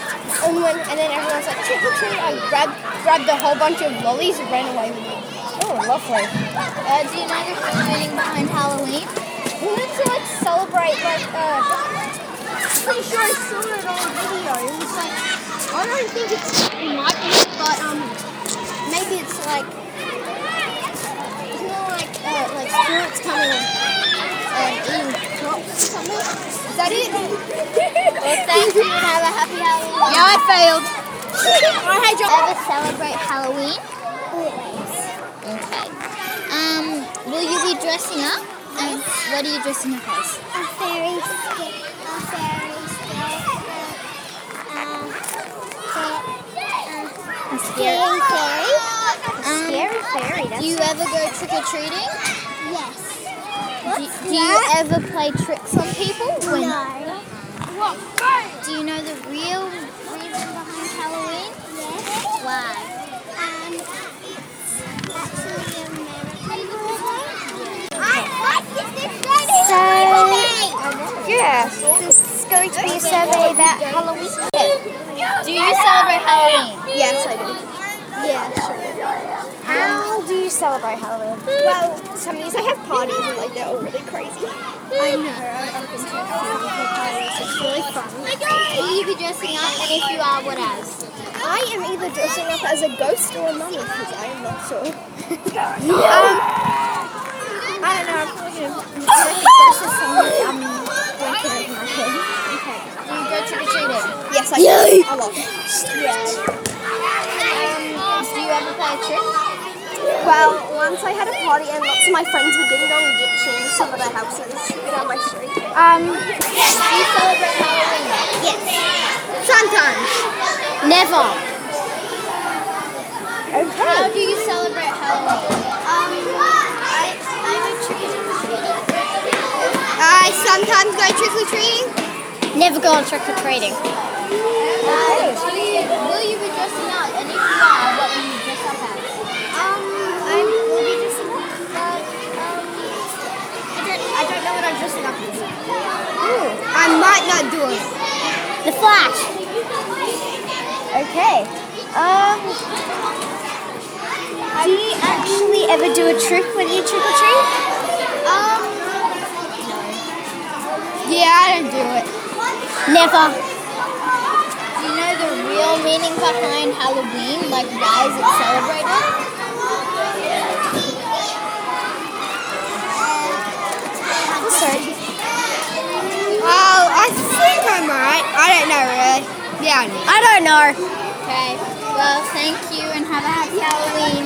N: and when and then everyone's like trick or treat. I grabbed grabbed a whole bunch of lollies and ran away with it. Oh, lovely.
J: Uh, do you know the meaning behind Halloween?
N: We need to like celebrate like uh. I'm pretty sure I saw it on a video. It was like I don't think it's it might be, but um maybe it's like you know like uh, like spirits coming and eating crops or something. Is that it?
J: Well, thank you and have a happy Halloween.
N: Yeah, I failed.
J: I had your ever celebrate Halloween? Always. Okay. Um, will you be dressing up? And what are you dressing up as? A fairy. A fairy.
O: uh,
J: A scary fairy.
N: Um,
J: A scary fairy. Do you ever go trick or treating? Yes. Do, do you ever play tricks on people? When, no. Do you know the real reason behind Halloween? Yes. Why? Um, it's actually American
H: So, yeah, there's going to be a survey about Halloween.
J: Do you celebrate Halloween?
H: Yes, I do. Yeah, sure. How do you celebrate Halloween? Well, some years I have parties and like they're all really crazy. I know. I've been to a couple of parties. It's really fun.
J: Will you be dressing up? And if you are, what as?
H: I am either dressing up as a ghost or a mummy because I am not sure. um, I don't know. I'm probably gonna I'm gonna ghost as somebody. I'm blanking over my head. Okay.
J: Do you go trick or treating?
H: Yes, I
J: Yay!
H: do. I love. Yeah.
J: Um, do you ever play a trick?
H: Well, once I had a party and lots of my friends were ding dong Egyptians, some of their houses. You know my story. Um,
J: Do you celebrate Halloween? Yes.
H: sometimes.
J: Never.
H: Okay.
J: How do you celebrate Halloween? Um, I, I'm a trick or treating.
H: I sometimes go trick or treating.
J: Never go on trick or treating. Will you be dressing up? And if you are, what will you dress up as? Um, I'm will be dressing up as, um, I don't, I don't know what I'm dressing up as.
H: I might not do it.
J: The Flash.
H: Okay. Um, do you actually ever do a trick when you trick or treat? Um, yeah, I don't do it.
J: Never. Do you know the real meaning behind Halloween? Like, why is it celebrated?
H: Sorry. Oh, I think I'm alright. I don't know really. Yeah, I don't know.
J: Okay. Well, thank you and have a happy Halloween.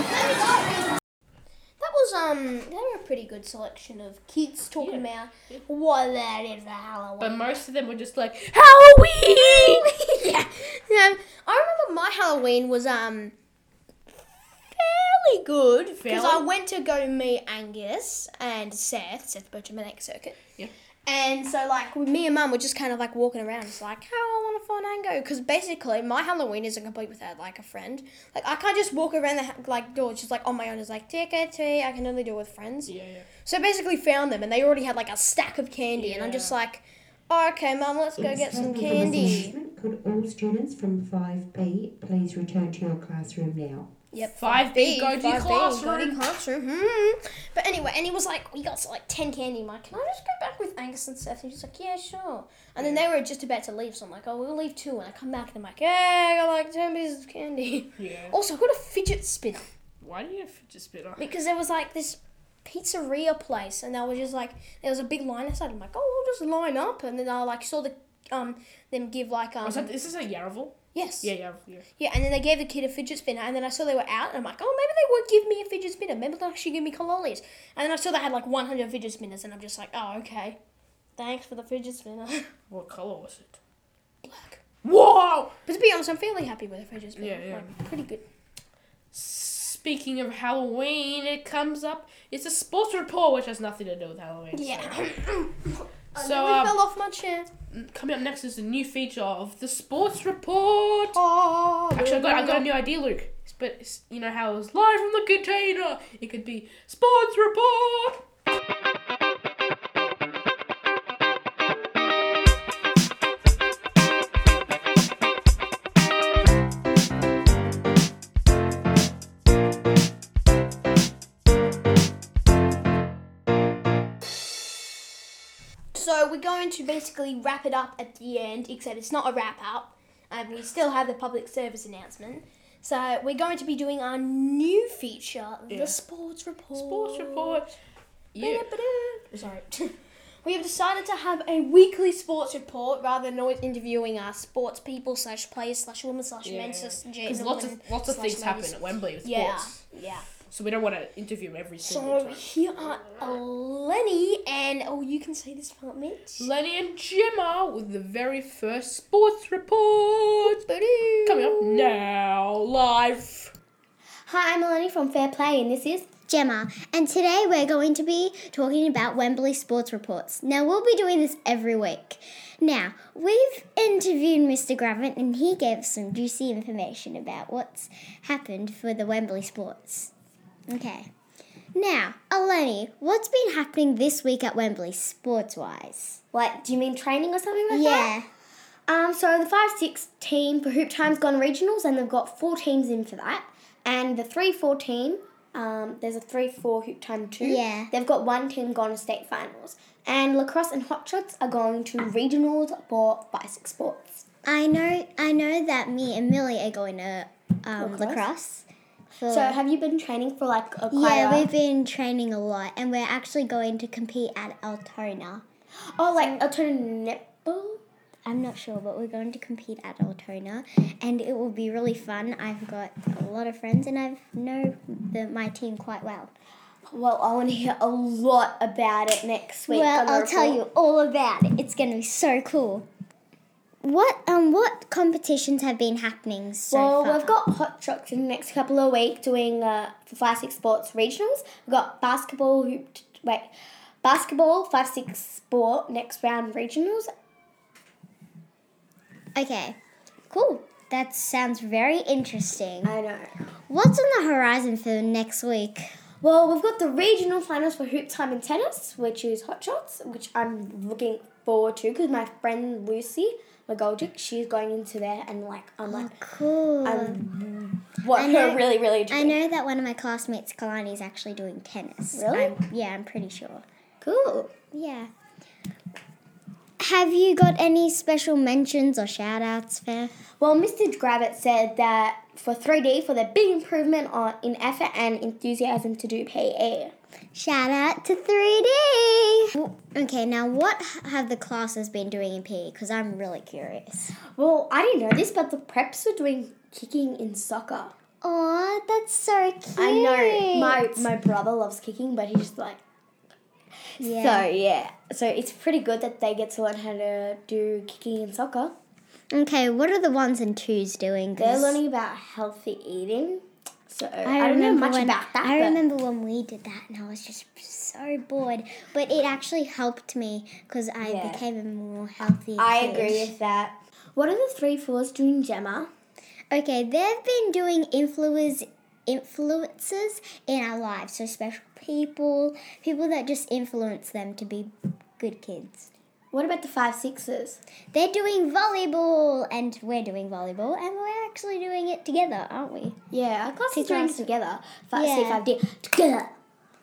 A: That was um, they were a pretty good selection of kids talking about what that is for Halloween.
B: But most of them were just like,
A: Halloween. yeah. Um, I remember my Halloween was um fairly good because I
B: Fallon?
A: went to go meet Angus and Seth, Seth Bertram and Egg Circuit.
B: Yeah.
A: And so, like, me and Mum were just kind of like walking around. It's like, how I want a Fandango. Because basically, my Halloween isn't complete without, like, a friend. Like, I can't just walk around the, ha- like, door just, like, on my own. It's like, take a tea. I can only do it with friends.
B: Yeah, yeah.
A: So I basically found them, and they already had, like, a stack of candy. And I'm just like, oh, okay, Mum, let's go get some candy.
P: Could all students from 5B please return to your classroom now?
A: Yep.
B: 5B, go to your
A: 5B, go to
B: classroom.
A: classroom. Hmm. But anyway, and he was like, we got like 10 candy. I'm like, can I just go back with Angus and Seth? And he's like, yeah, sure. And then they were just about to leave, so I'm like, oh, we'll leave too. And I come back and I'm like, yeah, I got like 10 pieces of candy.
B: Yeah.
A: Also, I got a fidget spinner
B: Why do you have fidget spinner?
A: because there was like this pizzeria place and they were just like, there was a big line outside. I'm like, oh, we'll just line up. And then I like saw the um them give like um
B: Oh, is that, is this a Yarraville?
A: Yes.
B: Yeah, Yarraville. Yeah.
A: Yeah, and then they gave the kid a fidget spinner, and then I saw they were out, and I'm like, oh, maybe they would give me a fidget spinner. Maybe they'll actually give me cannolis. And then I saw they had like 100 fidget spinners, and I'm just like, oh, okay. Thanks for the fidget spinner.
B: What color was it?
A: Black.
B: Whoa!
A: But to be honest, I'm fairly happy with the fidget spinner.
B: Yeah, yeah.
A: Like, pretty good.
B: Speaking of Halloween, it comes up. It's a sports report, which has nothing to do with Halloween.
A: Yeah. I
B: So,
A: nearly
B: um,
A: fell off my chair.
B: Coming up next is a new feature of the sports report.
A: Oh,
B: Actually, I got, I got a new idea, Luke. It's- But it's, you know how it was live from the container. It could be sports report.
A: So we're going to basically wrap it up at the end, except it's not a wrap up. Um, we still have the public service announcement. So we're going to be doing our new feature,
B: Yeah.
A: the sports report.
B: Sports report. Yeah.
A: Ba-da-ba-da. Sorry. we have decided to have a weekly sports report rather than always interviewing our sports people slash players slash women slash men slash
B: Because lots of
A: women
B: lots of
A: slash
B: things happen
A: ladies.
B: at Wembley with
A: Yeah,
B: sports.
A: yeah.
B: So we don't want to interview him every single
A: So
B: time.
A: here are Lenny and oh, you can say this part, Mitch.
B: Lenny and Gemma with the very first sports report. Coming up now, live.
Q: Hi, I'm Melanie from Fair Play, and this is Gemma. And today we're going to be talking about Wembley sports reports. Now, we'll be doing this every week. Now, we've interviewed Mr. Gravant, and he gave us some juicy information about what's happened for the Wembley sports. Okay. Now, Eleni, what's been happening this week at Wembley sports wise?
O: Like, do you mean training or something like
Q: Yeah.
O: that? Um, so the 5 6 team for Hoop Time's gone regionals, and they've got four teams in for that. And the 3 4 team, um, there's a 3 4 Hoop Time 2.
Q: Yeah.
O: They've got one team gone to state finals. And lacrosse and hot shots are going to regionals for 5 6 sports.
Q: I know, I know that me and Millie are going to um,
O: Lacrosse?
Q: lacrosse. for-
O: So have you been training for like a choir?
Q: Yeah, we've been training a lot, and we're actually going to compete at Altona.
O: Oh, like Altona netball?
Q: I'm not sure, but we're going to compete at Altona, and it will be really fun. I've got a lot of friends, and I know the, my team quite well.
O: Well, I want to hear a lot about it next week.
Q: well,
O: on the
Q: I'll tell
O: report.
Q: you all about it. It's going to be so cool. What um what competitions have been happening so
O: well,
Q: far?
O: we've got hot shots in the next couple of weeks doing uh, for five six sports regionals. We've got basketball hoop. T- wait, basketball five six sport next round regionals.
Q: Okay, cool. That sounds very interesting.
O: I know.
Q: What's on the horizon for next week?
O: Well, we've got the regional finals for hoop time and tennis, which is hot shots, which I'm looking forward to because my friend Lucy McGoldrick, she's going into there and like I'm like
Q: Oh, cool.
O: I'm what her really really.
Q: I know that one of my classmates, Kalani, is actually doing tennis.
O: Really?
Q: I'm- yeah, I'm pretty sure.
O: Cool.
Q: Yeah. Have you got any special mentions or shout outs, Fair?
O: Well, Mr. Gravitt said that for 3D, for the big improvement on in effort and enthusiasm to do E. PE.
Q: Shout out to 3D! Okay, now what h- have the classes been doing in PE? Because I'm really curious.
O: Well, I didn't know this, but the preps were doing kicking in soccer.
Q: Aw, Oh, that's so cute.
O: I know my my brother loves kicking, but he's like so yeah. So it's pretty good that they get to learn how to do kicking in soccer.
Q: Okay, what are the ones and twos doing?
O: They're
Q: 'Cause-
O: learning about healthy eating, So I, don't know
Q: remember
O: much
Q: when-
O: about that.
Q: I
O: but-
Q: remember when we did that, and I was just so bored. But it actually helped me because I
O: Yeah.
Q: became a more healthy.
O: I agree with
Q: that. What are the three fours doing, Gemma? Okay, they've been doing influencers influences in our lives. So special people, people that just influence them to be good kids. What about the five sixes? They're doing volleyball, and we're doing volleyball, and we're actually doing it together, aren't we?
O: Yeah, our classes
Q: Teacher
O: doing it
Q: asked-
O: together. Five,
Q: Yeah.
O: C, five, D, together.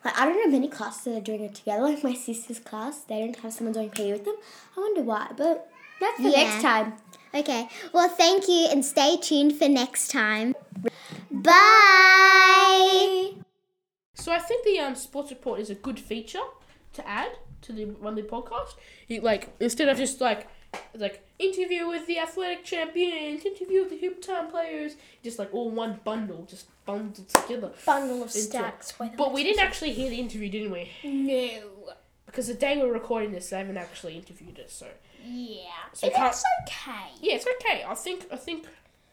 O: Like, I don't know many classes that are doing it together. Like my sister's class, they don't have someone doing PE with them. I wonder why, but that's for next
Q: Yeah.
O: time.
Q: Okay. Well, thank you and stay tuned for next time. Bye.
B: So I think the um, sports report is a good feature to add to the Monday podcast. You, like instead of just like like interview with the athletic champions, interview with the hoop time players, just like all one bundle, just bundled together.
A: Bundle of
B: into it.
A: stats, whether
B: But we
A: it's-
B: didn't actually hear the interview, didn't we?
A: No.
B: Because the day we're recording this, they haven't actually interviewed us. So
A: Yeah.
B: So
A: And
B: can't-
A: that's okay.
B: yeah, it's okay. I think I think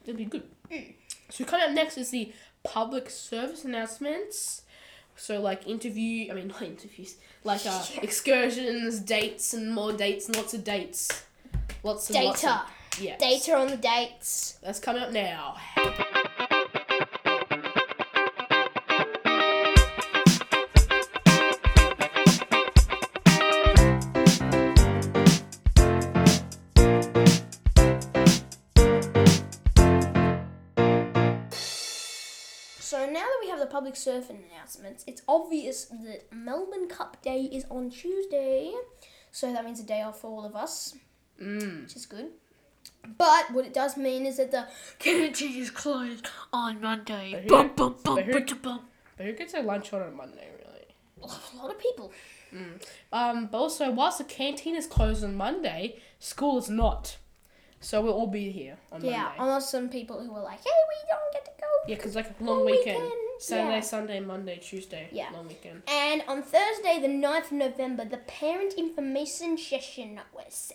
B: it'll be good.
A: Mm.
B: So coming up next is the public service announcements. So like interview, I mean not interviews, like uh, excursions, dates, and more dates, and lots of dates, lots and lots of
A: Data.
B: yeah,
A: Data on the dates.
B: That's coming up now.
A: So now that we have the public surfing announcements, it's obvious that Melbourne Cup Day is on Tuesday. So that means a day off for all of us,
B: Mm.
A: which is good. But what it does mean is that the community is closed on Monday. Bum, bum, bum,
B: but, who,
A: ba-da-bum.
B: but who gets their lunch on a Monday really?
A: A lot of people.
B: Mm. Um, but also whilst the canteen is closed on Monday, school is not. So we'll all be here on
A: yeah,
B: Monday.
A: unless some people who are like, hey, we don't get to go.
B: Yeah, because like a long
A: Long
B: weekend.
A: weekend,
B: Saturday,
A: yeah.
B: Sunday, Monday, Tuesday.
A: Yeah.
B: Long weekend.
A: And on Thursday, the 9th of November, the parent information session was.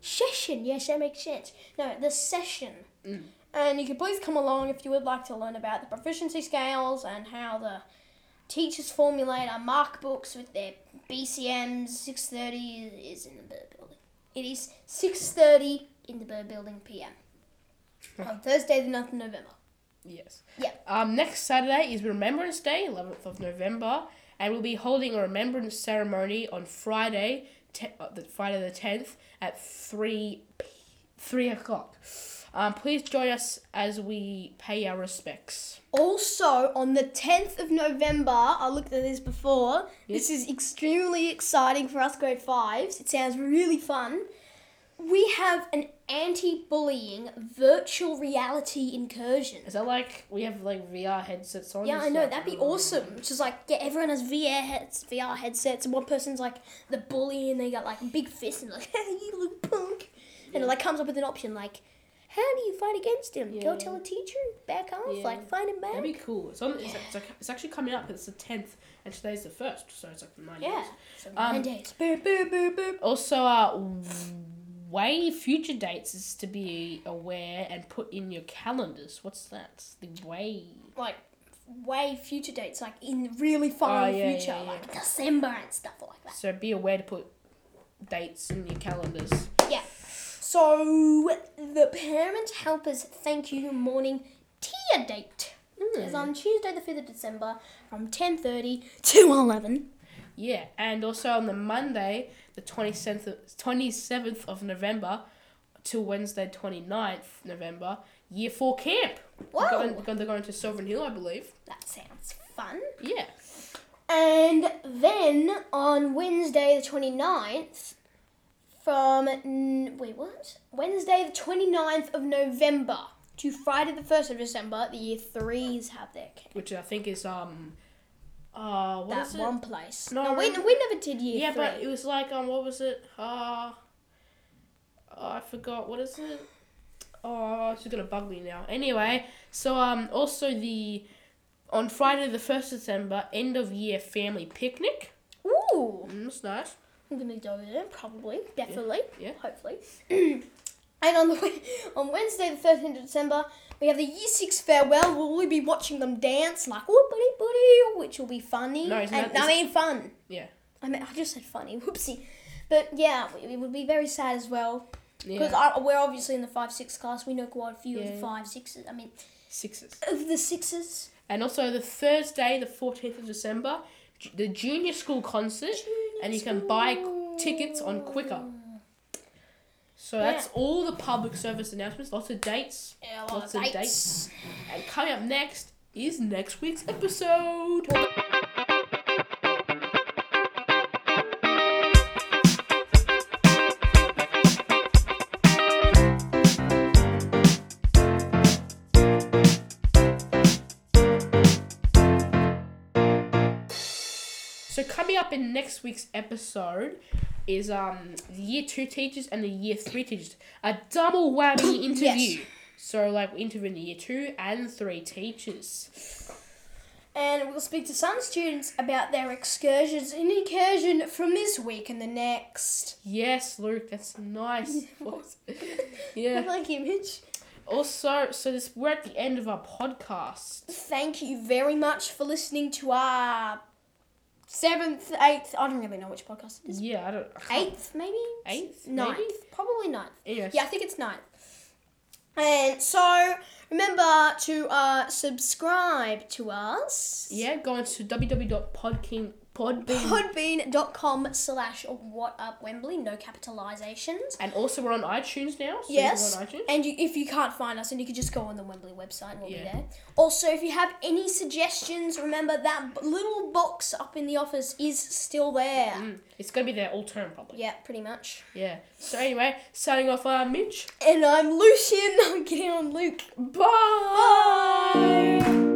A: Session, yes, that makes sense. No, the session.
O: Mm.
A: And you can please come along if you would like to learn about the proficiency scales and how the teachers formulate our mark books with their BCMs. 6.30 is in the Burr Building. It is 6.30 in the Burr Building PM. on Thursday, the 9th of November.
B: Yes.
A: Yeah.
B: Um, next Saturday is Remembrance Day, 11th of November, and we'll be holding a remembrance ceremony on Friday, te- uh, the Friday the 10th at 3 p- 3 o'clock. Um, please join us as we pay our respects.
A: Also, on the 10th of November, I looked at this before. This is extremely exciting for us grade fives. It sounds really fun. We have an anti bullying virtual reality incursion.
B: Is that like we have like VR headsets on?
A: Yeah,
B: It's
A: I know.
B: like-
A: That'd be awesome. Which is like, yeah, everyone has VR heads, VR headsets, and one person's like the bully, and they got like a big fist and like, hey, you little punk, and it like comes up with an option like, how do you fight against him?
B: Yeah.
A: Go tell a teacher, back off,
B: Yeah.
A: like find him back.
B: That'd be cool. It's, on, it's, it's, like, it's actually coming up. It's the 10th, and today's the 1st, so it's like nine
A: Yeah.
B: days.
A: So
B: Um,
A: nine days.
B: Also, uh, way future dates is to be aware and put in your calendars. What's that? The way.
A: Like way future dates, like in really far
B: Oh,
A: in the
B: yeah,
A: future,
B: yeah, yeah.
A: like December and stuff like that.
B: So be aware to put dates in your calendars.
A: Yeah. So the parent helpers thank you morning tea date
B: Hmm.
A: is on Tuesday the fifth of December from ten thirty to eleven.
B: Yeah, and also on the Monday, the 27th of, 27th of November to Wednesday 29th November, year four camp. They're
A: Whoa.
B: going- they're going to Sovereign Hill, I believe.
A: That sounds fun.
B: Yeah.
A: And then on Wednesday the 29th, from. n- Wait, what? Wednesday the 29th of November to Friday the 1st of December, the year threes have their camp.
B: Which I think is, um, uh, what
A: That
B: is it?
A: one place.
B: No,
A: No, we,
B: remember-
A: we never did year
B: yeah,
A: three.
B: but it was like um, what was it? Uh, I forgot. What is it? Oh, she's gonna bug me now. Anyway, so um, also the on Friday the first December, end of year family picnic.
A: Ooh,
B: Mm, that's nice.
A: I'm gonna go there probably, definitely,
B: Yeah.
A: hopefully. And on the we- on Wednesday, the thirteenth of December, we have the Year Six farewell. We'll all be watching them dance like whoopity booty, which will be funny.
B: No, isn't
A: and,
B: that-
A: I mean fun.
B: Yeah.
A: I mean, I just said funny. Whoopsie. But yeah, it would be very sad as well. Because
B: Yeah.
A: we're obviously in the five six class. We know quite a few of
B: Yeah.
A: the five sixes. I mean,
B: Sixes.
A: of the sixes.
B: And also the Thursday, the 14th of December, ju- the junior school concert, and you can buy c- tickets on Quicker. So that's
A: Yeah.
B: all the public service announcements. Lots of dates.
A: Yeah, a lot
B: lots
A: of
B: of dates. And coming up next is next week's episode. So coming up in next week's episode is um the year two teachers and the year three teachers. A double whammy interview. So like we're interviewing the year two and three teachers.
A: And we'll speak to some students about their excursions and incursion from this week and the next.
B: Yes, Luke, that's nice. voice. yeah.
A: like image.
B: Also, so this we're at the end of our podcast.
A: Thank you very much for listening to our seventh, eighth. I don't really know which podcast it is.
B: Yeah, I don't. I can't-
A: Eighth, maybe.
B: Eighth,
A: ninth,
B: maybe?
A: probably ninth.
B: Yes.
A: Yeah, I think it's ninth. And so remember to uh, subscribe to us.
B: Yeah, go on to www.podbean. Podbean.
A: Podbean.com slash what up Wembley, no capitalizations.
B: And also we're on iTunes now. So you can go
A: yes,
B: on iTunes.
A: and you, if you can't find us, then you could just go on the Wembley website and we'll
B: Yeah.
A: be there. Also, if you have any suggestions, remember that b- little box up in the office is still there.
B: Mm, it's gonna be there all term probably.
A: Yeah, pretty much.
B: Yeah. So anyway, signing off. I'm Mitch.
A: And I'm Lucian. I'm getting on Luke.
B: Bye.